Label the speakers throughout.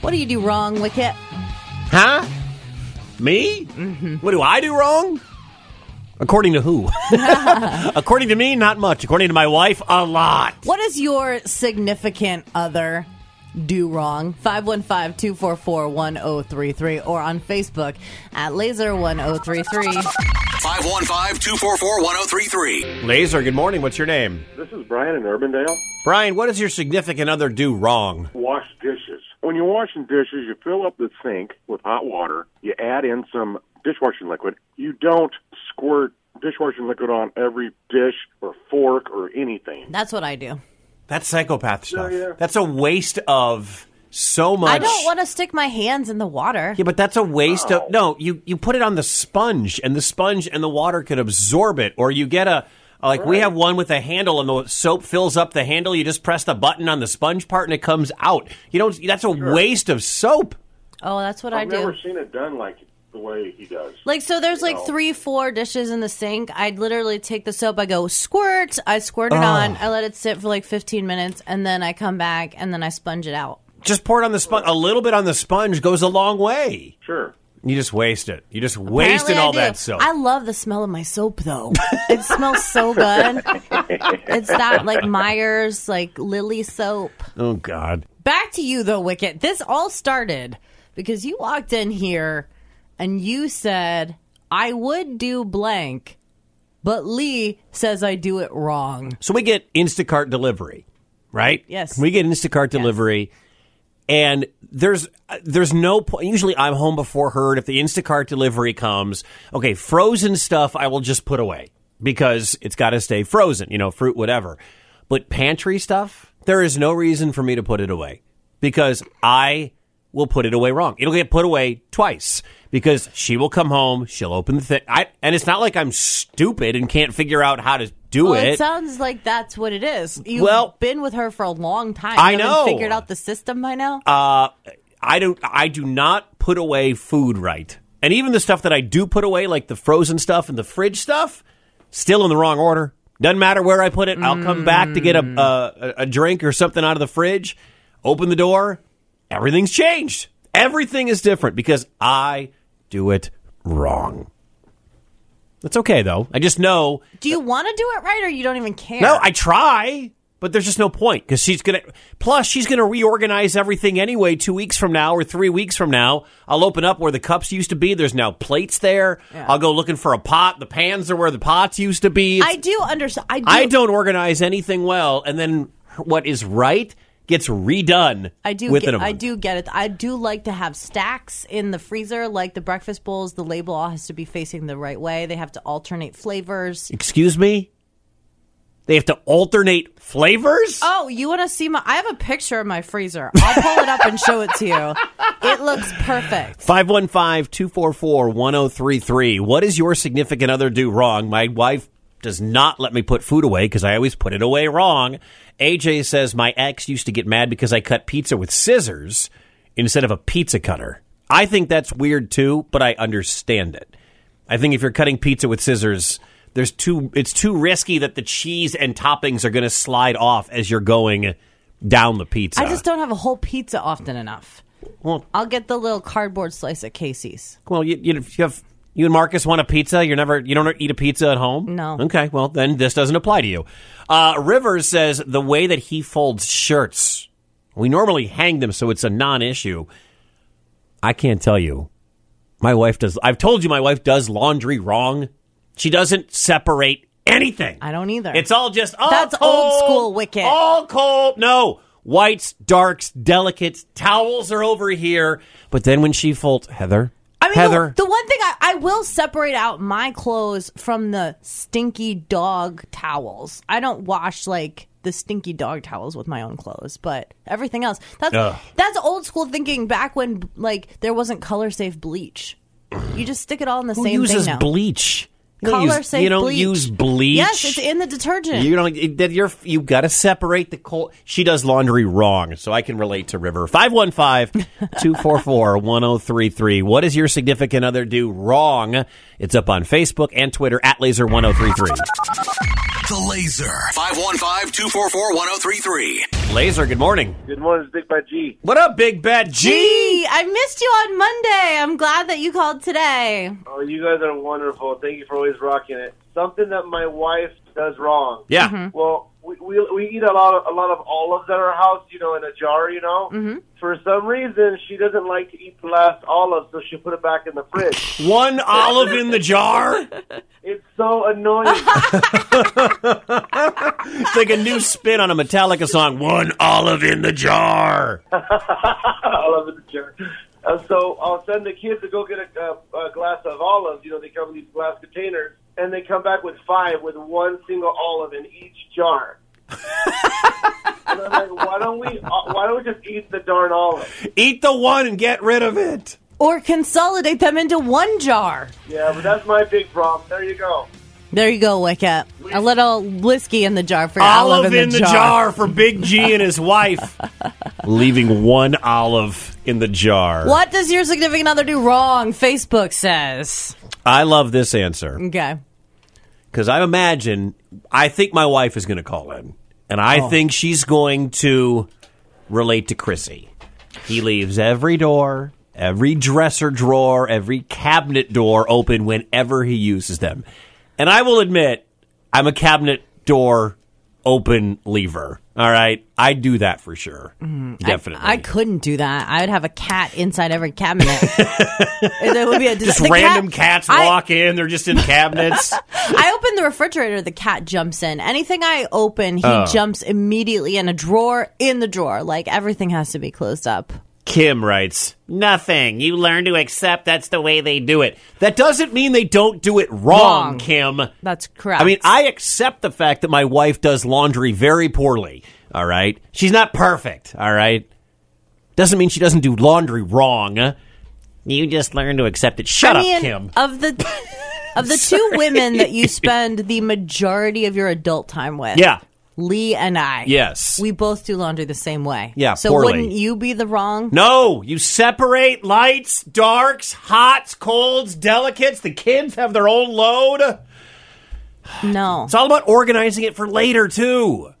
Speaker 1: What do you do wrong, Wicket?
Speaker 2: Huh? Me?
Speaker 1: Mm-hmm.
Speaker 2: What do I do wrong? According to who? According to me, not much. According to my wife, a lot.
Speaker 1: What does your significant other do wrong? 515-244-1033 or on Facebook at laser1033.
Speaker 3: 515-244-1033.
Speaker 2: Laser, good morning. What's your name?
Speaker 4: This is Brian in Urbandale.
Speaker 2: Brian, what does your significant other do wrong?
Speaker 4: Wash dishes. When you're washing dishes, you fill up the sink with hot water. You add in some dishwashing liquid. You don't squirt dishwashing liquid on every dish or fork or anything.
Speaker 1: That's what I do.
Speaker 2: That's psychopath stuff.
Speaker 4: yeah.
Speaker 2: That's a waste of so much.
Speaker 1: I don't want to stick my hands in the water.
Speaker 2: Yeah, but that's a waste
Speaker 1: Oh.
Speaker 2: of no. You you put it on the sponge, and the sponge and the water could absorb it. Or you get a like we have one with a handle, and the soap fills up the handle. You just press the button on the sponge part, and it comes out. You don't. That's a waste of soap.
Speaker 1: Oh, that's what I
Speaker 4: I've
Speaker 1: do.
Speaker 4: never seen it done like the way he does.
Speaker 1: Like so, there's like
Speaker 4: No.
Speaker 1: three, four dishes in the sink. I'd literally take the soap. I go squirt. I squirt it on. I let it sit for like 15 minutes, and then I come back and then I sponge it out.
Speaker 2: Just pour it on the sponge. A little bit on the sponge goes a long way.
Speaker 4: Sure.
Speaker 2: You just waste it. You just wasted
Speaker 1: Apparently I
Speaker 2: all
Speaker 1: do.
Speaker 2: that soap.
Speaker 1: I love the smell of my soap though. it smells so good. It's that like Myers like Lily soap.
Speaker 2: oh God.
Speaker 1: Back to you though, Wicket. This all started because you walked in here and you said I would do blank, but Lee says I do it wrong.
Speaker 2: So we get Instacart delivery, right?
Speaker 1: Yes.
Speaker 2: We get Instacart delivery, and there's there's no point. Usually, I'm home before her. and If the Instacart delivery comes, okay, frozen stuff I will just put away because it's got to stay frozen. You know, fruit, whatever. But pantry stuff, there is no reason for me to put it away because I will put it away wrong. It'll get put away twice because she will come home, she'll open the thing, I, and it's not like I'm stupid and can't figure out how to do
Speaker 1: Well,
Speaker 2: it.
Speaker 1: it sounds like that's what it is. You've
Speaker 2: Well-
Speaker 1: been with her for a long time.
Speaker 2: I
Speaker 1: You haven't
Speaker 2: know. Uh,
Speaker 1: Figured out the system by now.
Speaker 2: I don't I do not put away food right. And even the stuff that I do put away, like the frozen stuff and the fridge stuff, still in the wrong order. Doesn't matter where I put it. I'll come back to get a, a a drink or something out of the fridge. Open the door. Everything's changed. Everything is different because I do it wrong. That's okay though. I just know
Speaker 1: do you want to do it right, or you don't even care?
Speaker 2: no, I try, but there's just no point because she's gonna. Plus, she's gonna reorganize everything anyway. Two weeks from now or three weeks from now, I'll open up where the cups used to be. There's now plates there. I'll go looking for a pot. The pans are where the pots used to be.
Speaker 1: I do understand. I do.
Speaker 2: I don't organize anything well, and then what is right gets redone.
Speaker 1: I do.
Speaker 2: Within
Speaker 1: Get,
Speaker 2: a month.
Speaker 1: I do get it. I do like to have stacks in the freezer, like the breakfast bowls. The label all has to be facing the right way. They have to alternate flavors.
Speaker 2: Excuse me. They have to alternate flavors.
Speaker 1: Oh, you want to see my? I have a picture of my freezer. I'll pull it up and show it to you. It looks perfect.
Speaker 2: 515-244-1033. What does your significant other do wrong? My wife does not let me put food away because I always put it away wrong. AJ says my ex used to get mad because I cut pizza with scissors instead of a pizza cutter. I think that's weird too, but I understand it. I think if you're cutting pizza with scissors, there's too it's too risky that the cheese and toppings are going to slide off as you're going down the pizza.
Speaker 1: I just don't have a whole pizza often enough.
Speaker 2: Well-
Speaker 1: I'll get the little cardboard slice at Casey's.
Speaker 2: Well, you, you, if you have you and Marcus want a pizza. You're never you don't eat a pizza at home.
Speaker 1: No.
Speaker 2: Okay. Well, then this doesn't apply to you. Uh, Rivers says the way that he folds shirts. We normally hang them, so it's a non-issue. I can't tell you. My wife does. I've told you my wife does laundry wrong. She doesn't separate anything.
Speaker 1: I don't either.
Speaker 2: It's all just all
Speaker 1: That's
Speaker 2: cold,
Speaker 1: old school wicked.
Speaker 2: All cold. No. Whites, darks, delicates, towels are over here. But then when she folds, Heather,
Speaker 1: I mean,
Speaker 2: Heather,
Speaker 1: The, the one thing I, I will separate out my clothes from the stinky dog towels. I don't wash like the stinky dog towels with my own clothes, but everything else. That's
Speaker 2: Ugh.
Speaker 1: that's old school thinking. Back when like there wasn't color safe bleach, you just stick it all in the
Speaker 2: who
Speaker 1: same
Speaker 2: uses
Speaker 1: thing now.
Speaker 2: bleach? You don't
Speaker 1: Color
Speaker 2: use,
Speaker 1: safe
Speaker 2: you don't
Speaker 1: bleach.
Speaker 2: use bleach.
Speaker 1: Yes, it's in the detergent.
Speaker 2: You don't. it- That you're. You got to separate the cold. She does laundry wrong, so I can relate to River. 515-244-1033. What does your significant other do wrong? It's up on Facebook and Twitter at Laser one zero three three.
Speaker 3: The Laser. 515-244-1033.
Speaker 2: Laser. Good morning.
Speaker 4: Good morning, Dick by G.
Speaker 2: What up, Big Bad G?
Speaker 1: I missed you on Monday. I'm glad that you called today.
Speaker 5: Oh, you guys are wonderful. Thank you for always rocking it. Something that my wife does wrong.
Speaker 2: Yeah.
Speaker 5: Well, we, we we eat a lot of, a lot of olives at our house, you know, in a jar, you know. Mm-hmm. For some reason, she doesn't like to eat the last olive, so she put it back in the fridge.
Speaker 2: One olive in the jar.
Speaker 5: It's so annoying.
Speaker 2: It's like a new spin on a Metallica song. One olive in the jar.
Speaker 5: olive in the jar. And so I'll send the kids to go get a, a, a glass of olives. You know, they come in these glass containers, and they come back with five with one single olive in each jar. and I'm like, why don't we? uh, Why don't we just eat the darn olive?
Speaker 2: Eat the one and get rid of it.
Speaker 1: Or consolidate them into one jar.
Speaker 5: Yeah, but that's my big problem. There you go.
Speaker 1: There you go, Wicket. A little whiskey in the jar for
Speaker 2: Olive,
Speaker 1: olive
Speaker 2: in the jar. for Big G and his wife. Leaving one olive in the jar.
Speaker 1: What does your significant other do wrong? Facebook says.
Speaker 2: I love this answer.
Speaker 1: Okay.
Speaker 2: because I imagine I think my wife is going to call in, and I
Speaker 1: Oh.
Speaker 2: think she's going to relate to Chrissy. He leaves every door, every dresser drawer, every cabinet door open whenever he uses them. And I will admit, I'm a cabinet door open lever. All right, I do that for sure, definitely.
Speaker 1: Mm-hmm. I couldn't do that. I would have a cat inside every cabinet. and it would be a dis-
Speaker 2: just
Speaker 1: the cat-
Speaker 2: random cats
Speaker 1: I-
Speaker 2: walk in; they're just in cabinets.
Speaker 1: I open the refrigerator, the cat jumps in. Anything I open, he
Speaker 2: Oh.
Speaker 1: jumps immediately in a drawer, in the drawer. Like everything has to be closed up.
Speaker 2: Kim writes, Nothing. You learn to accept that's the way they do it. That doesn't mean they don't do it wrong,
Speaker 1: Wrong.
Speaker 2: Kim.
Speaker 1: That's correct.
Speaker 2: I mean, I accept the fact that my wife does laundry very poorly, all right? She's not perfect, all right? Doesn't mean she doesn't do laundry wrong. You just learn to accept it. Shut
Speaker 1: I mean, uh,
Speaker 2: up, Kim.
Speaker 1: Of the of the two women that you spend the majority of your adult time with,
Speaker 2: yeah.
Speaker 1: Lee and I,
Speaker 2: Yes.
Speaker 1: we both do laundry the same way.
Speaker 2: Yeah,
Speaker 1: so
Speaker 2: poorly.
Speaker 1: wouldn't you be the wrong?
Speaker 2: No, you separate lights, darks, hots, colds, delicates. The kids have their own load.
Speaker 1: No.
Speaker 2: It's all about organizing it for later too.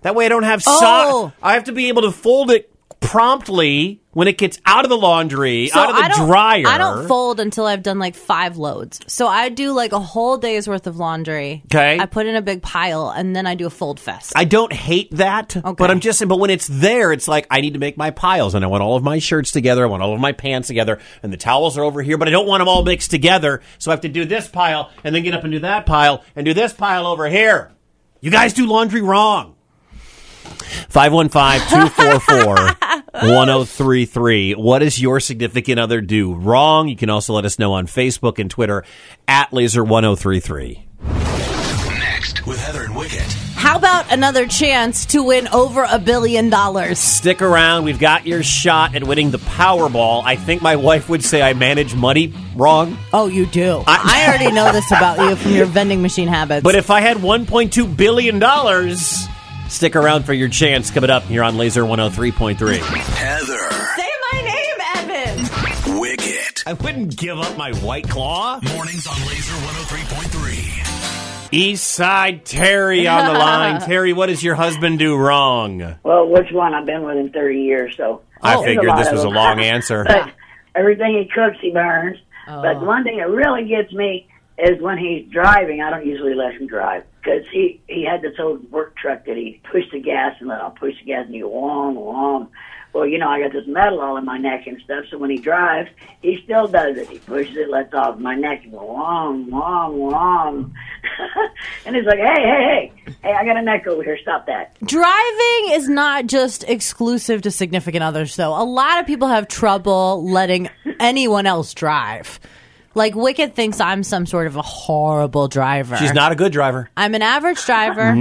Speaker 2: That way I don't have
Speaker 1: Oh.
Speaker 2: so I have to be able to fold it promptly when it gets out of the laundry,
Speaker 1: So
Speaker 2: out of the
Speaker 1: I don't,
Speaker 2: dryer.
Speaker 1: I don't fold until I've done like five loads. So I do like a whole day's worth of laundry.
Speaker 2: 'Kay.
Speaker 1: I put in a big pile and then I do a fold fest.
Speaker 2: I don't hate that, but I'm just saying. But when it's there, it's like I need to make my piles, and I want all of my shirts together. I want all of my pants together, and the towels are over here, but I don't want them all mixed together. So I have to do this pile, and then get up and do that pile, and do this pile over here. You guys do laundry wrong. 515-244-1033. What does your significant other do wrong? You can also let us know on Facebook and Twitter at laser1033.
Speaker 3: Next with Heather and Wicket.
Speaker 1: How about another chance to win over a billion dollars?
Speaker 2: Stick around. We've got your shot at winning the Powerball. I think my wife would say I manage money wrong.
Speaker 1: Oh, you do. I, already know this about you from your vending machine habits.
Speaker 2: But if I had $1.2 billion, stick around for your chance coming up here on Laser 103.3.
Speaker 3: Heather.
Speaker 1: say my name, Evan.
Speaker 3: Wicket.
Speaker 2: I wouldn't give up my white claw.
Speaker 3: Mornings on Laser 103.3.
Speaker 2: East Side Terry on the line. Terry, what does your husband do wrong?
Speaker 6: Well, which one? I've been with him 30 years, so.
Speaker 2: I
Speaker 6: There's
Speaker 2: figured
Speaker 6: lot
Speaker 2: this
Speaker 6: of
Speaker 2: was a
Speaker 6: them.
Speaker 2: long answer.
Speaker 6: but everything he cooks, he burns. But one thing that really gets me is when he's driving, I don't usually let him drive because he, he had this old work truck that he pushed the gas and then I'll push the gas and he whom, whom. Well, you know, I got this metal all in my neck and stuff, so when he drives, he still does it. He pushes it, lets off my neck and go, whom, whom, whom. and he's like, hey, hey, hey, hey, I got a neck over here, stop that.
Speaker 1: Driving is not just exclusive to significant others, though. A lot of people have trouble letting anyone else drive. Like, Wicked thinks I'm some sort of a horrible driver.
Speaker 2: She's not Mm-hmm. a good driver.
Speaker 1: I'm an average driver.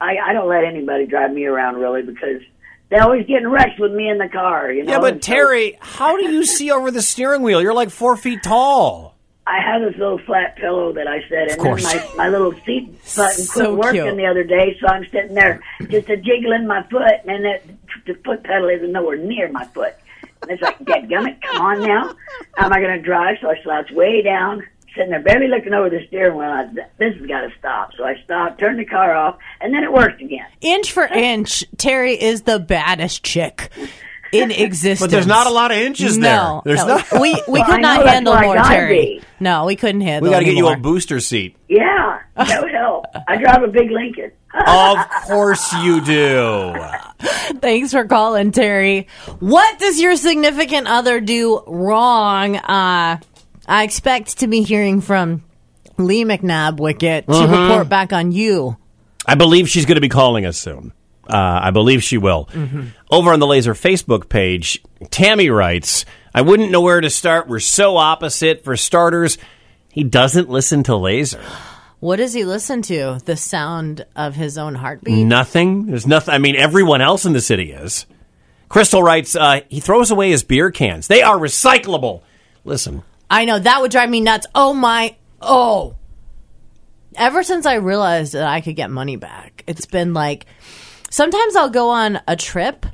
Speaker 6: I, I don't let anybody drive me around really because they're always getting wrecked with me in the car. You know?
Speaker 2: Yeah, but
Speaker 6: And so
Speaker 2: Terry, how do you see over the steering wheel? You're like four feet tall.
Speaker 6: I have this little flat pillow that I sit in, and
Speaker 2: course.
Speaker 6: my my little seat button
Speaker 1: So
Speaker 6: quit working
Speaker 1: cute.
Speaker 6: the other day, so I'm sitting there just a jiggling my foot, and that the foot pedal isn't nowhere near my foot. And it's like, dadgummit, come on now. How am I going to drive? So I slouch way down, sitting there barely looking over the steering wheel. I, this has got to stop. So I stopped, turned the car off, and then it worked again.
Speaker 1: Inch for inch, Terry is the baddest chick. in existence.
Speaker 2: But there's not a lot of inches
Speaker 1: No,
Speaker 2: there. There's
Speaker 1: no.
Speaker 2: not.
Speaker 1: we we
Speaker 6: Well, I
Speaker 1: could
Speaker 6: know
Speaker 1: not
Speaker 6: that's
Speaker 1: handle
Speaker 6: where I
Speaker 1: more,
Speaker 6: gotta
Speaker 1: Terry.
Speaker 6: be.
Speaker 1: No, we couldn't handle.
Speaker 2: We got to get you
Speaker 1: anymore.
Speaker 2: a booster seat.
Speaker 6: Yeah, that would help. I drive a big Lincoln.
Speaker 2: of course you do.
Speaker 1: Thanks for calling, Terry. What does your significant other do wrong? Uh, I expect to be hearing from Lee McNabb Wicket to report back on you.
Speaker 2: I believe she's going to be calling us soon. Uh, I believe she will. Over on the Laser Facebook page, Tammy writes, I wouldn't know where to start. We're so opposite. For starters, he doesn't listen to Laser.
Speaker 1: What does he listen to? The sound of his own heartbeat.
Speaker 2: Nothing. There's nothing. I mean, everyone else in the city is. Crystal writes, uh, he throws away his beer cans. They are recyclable. Listen,
Speaker 1: I know that would drive me nuts. Oh my! Oh. Ever since I realized that I could get money back, it's been like sometimes I'll go on a trip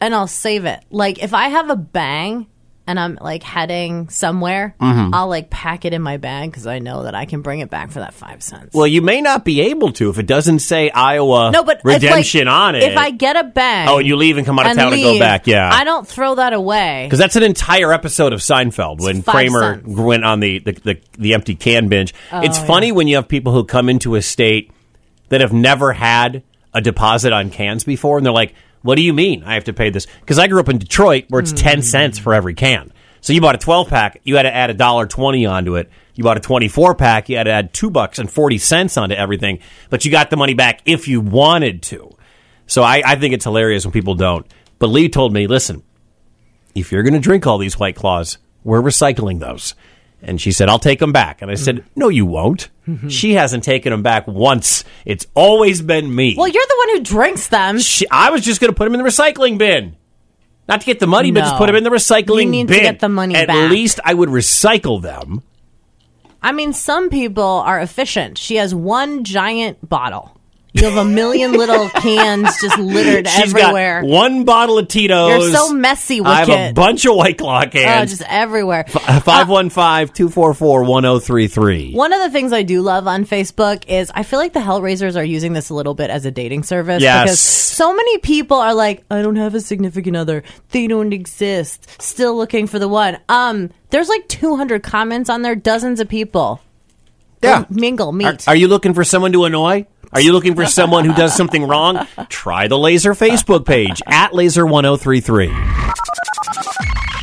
Speaker 1: and I'll save it. Like if I have a bang and I'm like heading somewhere,
Speaker 2: Mm-hmm.
Speaker 1: I'll like pack it in my bag because I know that I can bring it back for that five cents.
Speaker 2: well, you may not be able to if it doesn't say Iowa
Speaker 1: no, but if, like,
Speaker 2: Redemption on it.
Speaker 1: If I get a bang,
Speaker 2: oh, and you leave and come out of
Speaker 1: and
Speaker 2: town and go
Speaker 1: leave,
Speaker 2: back. Yeah.
Speaker 1: I don't throw that away.
Speaker 2: Because that's an entire episode of Seinfeld when
Speaker 1: five
Speaker 2: Kramer
Speaker 1: cents.
Speaker 2: went on the, the, the, the empty can binge. it's funny when you have people who come into a state that have never had a deposit on cans before, and they're like, what do you mean I have to pay this? Because I grew up in Detroit where it's 10 cents for every can. So you bought a 12 pack, you had to add a dollar 20 onto it. You bought a 24 pack, you had to add 2 bucks and 40 cents onto everything, but you got the money back if you wanted to. So I, I think it's hilarious when people don't. But Lee told me, listen, if you're going to drink all these White Claws, we're recycling those. And she said, I'll take them back. And I said, No, you won't.
Speaker 1: Mm-hmm.
Speaker 2: She hasn't taken them back once. It's always been me.
Speaker 1: Well, you're the one who drinks them.
Speaker 2: she, I was just going to put them in the recycling bin. Not to get the money, but just
Speaker 1: No.
Speaker 2: put them in the recycling
Speaker 1: You need to
Speaker 2: bin.
Speaker 1: get the money
Speaker 2: At
Speaker 1: back.
Speaker 2: least I would recycle them.
Speaker 1: I mean, some people are efficient. She has one giant bottle. You have a million little cans just littered
Speaker 2: She's
Speaker 1: everywhere.
Speaker 2: got one bottle of
Speaker 1: You're
Speaker 2: Tito's.
Speaker 1: so messy with
Speaker 2: I have a
Speaker 1: it.
Speaker 2: bunch of White Claw
Speaker 1: Oh,
Speaker 2: cans. Uh,
Speaker 1: just everywhere.
Speaker 2: 515 244 1033.
Speaker 1: One of the things I do love on Facebook is I feel like the Hellraisers are using this a little bit as a dating service
Speaker 2: Yes.
Speaker 1: because so many people are like, I don't have a significant other. They don't exist. Still looking for the one. Um, there's like 200 comments on there, dozens of people.
Speaker 2: Yeah.
Speaker 1: Mingle, meet.
Speaker 2: Ah. Are, are you looking for someone to annoy? Are you looking for someone who does something wrong? Try the Laser Facebook page at Laser1033.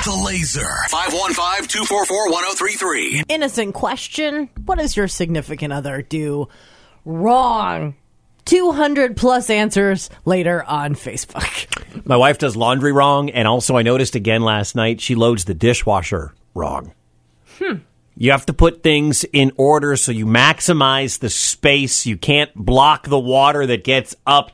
Speaker 3: The Laser. 515 244 1033.
Speaker 1: innocent question. What does your significant other do wrong? 200 plus answers later on Facebook.
Speaker 2: My wife does laundry wrong, and also I noticed again last night she loads the dishwasher wrong.
Speaker 1: Hmm.
Speaker 2: You have to put things in order so you maximize the space. You can't block the water that gets up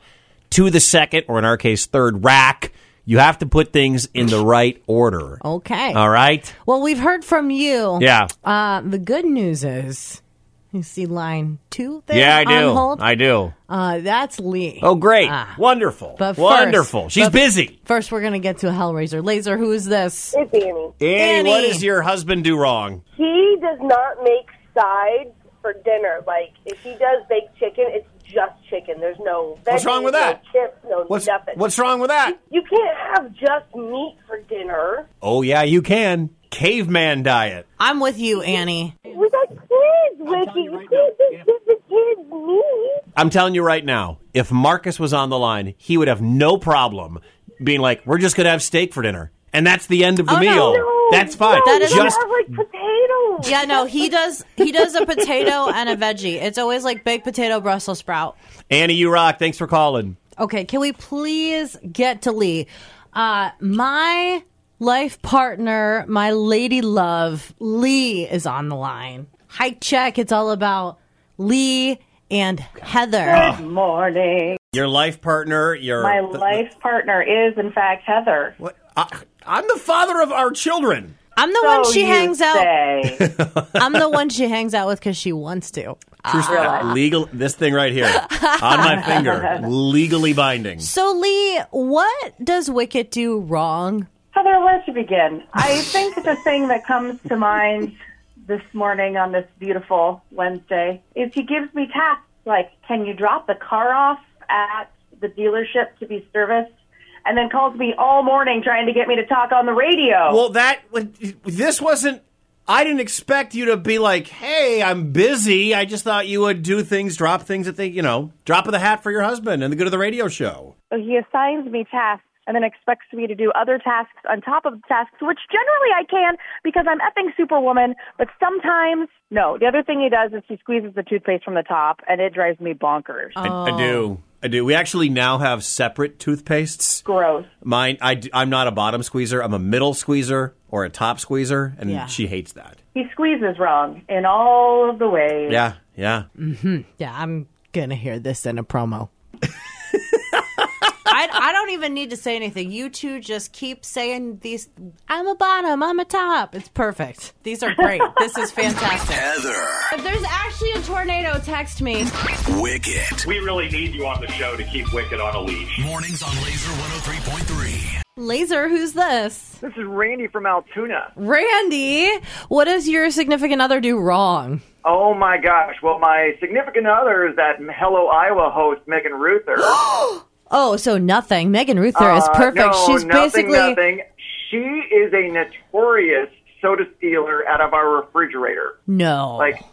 Speaker 2: to the second, or in our case, third rack. You have to put things in the right order.
Speaker 1: Okay.
Speaker 2: All right?
Speaker 1: Well, we've heard from you.
Speaker 2: Yeah.
Speaker 1: Uh, the good news is you see line two there
Speaker 2: Yeah, I
Speaker 1: on
Speaker 2: do.
Speaker 1: hold.
Speaker 2: I do.
Speaker 1: uh, that's Lee.
Speaker 2: Oh, great.
Speaker 1: Ah.
Speaker 2: Wonderful.
Speaker 1: But first-
Speaker 2: Wonderful. She's
Speaker 1: but-
Speaker 2: busy.
Speaker 1: First, we're going to get to Hellraiser. Laser, who is this?
Speaker 7: It's Annie.
Speaker 2: Annie,
Speaker 1: Annie.
Speaker 2: what does your husband do wrong?
Speaker 7: He does not make sides for dinner. Like if he does baked chicken, it's just chicken. There's no veggies,
Speaker 2: What's wrong with that?
Speaker 7: No chips, no
Speaker 2: What's,
Speaker 7: nothing.
Speaker 2: what's wrong with that?
Speaker 7: You can't have just meat for dinner.
Speaker 2: Oh, yeah, you can. Caveman diet.
Speaker 1: I'm with you, Annie.
Speaker 7: We got kids, Ricky. You can't just give the kids meat.
Speaker 2: I'm telling you right now, if Marcus was on the line, he would have no problem being like, we're just going to have steak for dinner. And that's the end of the
Speaker 1: Oh, no.
Speaker 2: meal.
Speaker 7: No,
Speaker 2: That's fine.
Speaker 7: No,
Speaker 1: That is-
Speaker 7: you gotta
Speaker 2: just
Speaker 7: have like potatoes.
Speaker 1: Yeah, no, he does. He does a potato and a veggie. It's always like baked potato, Brussels sprout.
Speaker 2: Annie, you rock. Thanks for calling.
Speaker 1: Okay, can we please get to Lee? Uh, my life partner, my lady love, Lee is on the line. Hike check. It's all about Lee and Heather.
Speaker 8: Good morning.
Speaker 2: Your life partner, your
Speaker 8: My
Speaker 2: th-
Speaker 8: life partner is, in fact, Heather.
Speaker 2: What? I, I'm the father of our children.
Speaker 1: I'm the
Speaker 8: So
Speaker 1: one she
Speaker 7: Oh,
Speaker 8: you
Speaker 1: hangs out.
Speaker 8: say.
Speaker 1: I'm the one she hangs out with because she wants to.
Speaker 2: True story. legal. This thing right here on my finger, legally binding.
Speaker 1: So Lee, what does Wicket do wrong?
Speaker 8: Heather, where to begin? I think the thing that comes to mind this morning on this beautiful Wednesday is he gives me tasks like, can you drop the car off at the dealership to be serviced? and then calls me all morning trying to get me to talk on the radio.
Speaker 2: Well, that this wasn't. I didn't expect you to be like, "Hey, I'm busy." I just thought you would do things, drop things at the, you know, drop of the hat for your husband and go to the radio show.
Speaker 8: So he assigns me tasks and then expects me to do other tasks on top of the tasks, which generally I can because I'm effing superwoman, but sometimes no. The other thing he does is he squeezes the toothpaste from the top and it drives me bonkers.
Speaker 2: I, I do. I do. We actually now have separate toothpastes.
Speaker 8: Gross.
Speaker 2: Mine, I, am not a bottom squeezer. I'm a middle squeezer or a top squeezer, and
Speaker 1: Yeah.
Speaker 2: she hates that.
Speaker 8: He squeezes wrong in all of the ways.
Speaker 2: Yeah, yeah.
Speaker 1: Yeah, I'm gonna hear this in a promo. I, I don't even need to say anything. You two just keep saying these. I'm a bottom. I'm a top. It's perfect. These are great. This is fantastic.
Speaker 3: Heather.
Speaker 1: If there's actually a tornado, text me.
Speaker 3: Wicket.
Speaker 9: We really need you on the show to keep Wicked on a leash.
Speaker 3: Mornings on Laser 103.3.
Speaker 1: Laser, who's this?
Speaker 10: This is Randy from Altoona.
Speaker 1: Randy. What does your significant other do wrong?
Speaker 10: Oh my gosh. Well, my significant other is that Hello Iowa host, Megan Ruther. Uh,
Speaker 1: Oh, so nothing. Megan Ruther is perfect.
Speaker 10: No,
Speaker 1: She's
Speaker 10: nothing,
Speaker 1: basically
Speaker 10: nothing. She is a notorious soda stealer out of our refrigerator.
Speaker 1: no.
Speaker 10: Like,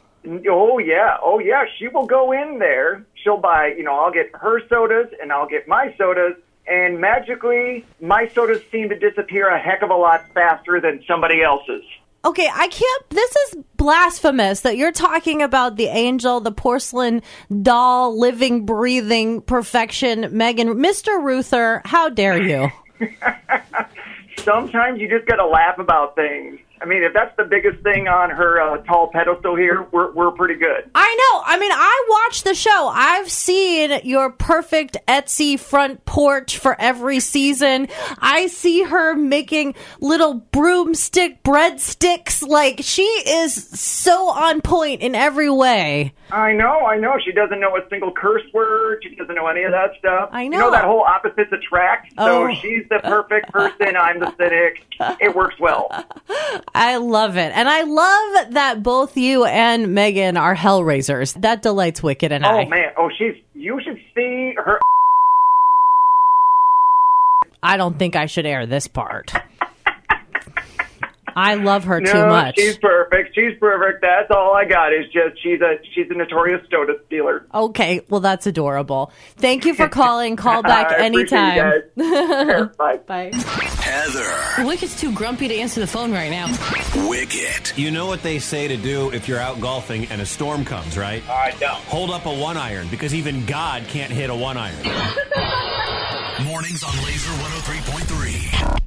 Speaker 10: oh yeah, oh yeah. She will go in there. She'll buy. You know, I'll get her sodas and I'll get my sodas. And magically, my sodas seem to disappear a heck of a lot faster than somebody else's.
Speaker 1: Okay, I can't. This is blasphemous that you're talking about the angel, the porcelain doll, living, breathing perfection, Megan, Mr. Ruther. How dare you?
Speaker 10: sometimes you just got to laugh about things. I mean, if that's the biggest thing on her uh, tall pedestal here, we're we're pretty good.
Speaker 1: I know. I mean, I watched the show. I've seen your perfect Etsy front porch for every season. I see her making little broomstick breadsticks. Like, she is so on point in every way.
Speaker 10: I know, I know. She doesn't know a single curse word. She doesn't know any of that stuff.
Speaker 1: I
Speaker 10: You
Speaker 1: know.
Speaker 10: know that whole opposites attract.
Speaker 1: Oh.
Speaker 10: So she's the perfect person. I'm the cynic. It works well.
Speaker 1: I love it. And I love that both you and Megan are hellraisers. That delights Wicked and I.
Speaker 10: Oh man. Oh, she's. You should see her.
Speaker 1: I don't think I should air this part. I love her
Speaker 10: No,
Speaker 1: too much.
Speaker 10: she's perfect. She's perfect. That's all I got is just she's a she's a notorious soda stealer.
Speaker 1: Okay, well that's adorable. Thank you for calling. Call back
Speaker 10: I appreciate
Speaker 1: anytime.
Speaker 10: You guys. Sure, bye.
Speaker 1: Bye.
Speaker 3: Heather.
Speaker 1: Wicked's too grumpy to answer the phone right now.
Speaker 3: Wicket.
Speaker 2: You know what they say to do if you're out golfing and a storm comes, right?
Speaker 9: I don't.
Speaker 2: Hold up a one iron because even God can't hit a one iron.
Speaker 3: oh Mornings on Laser 103.3.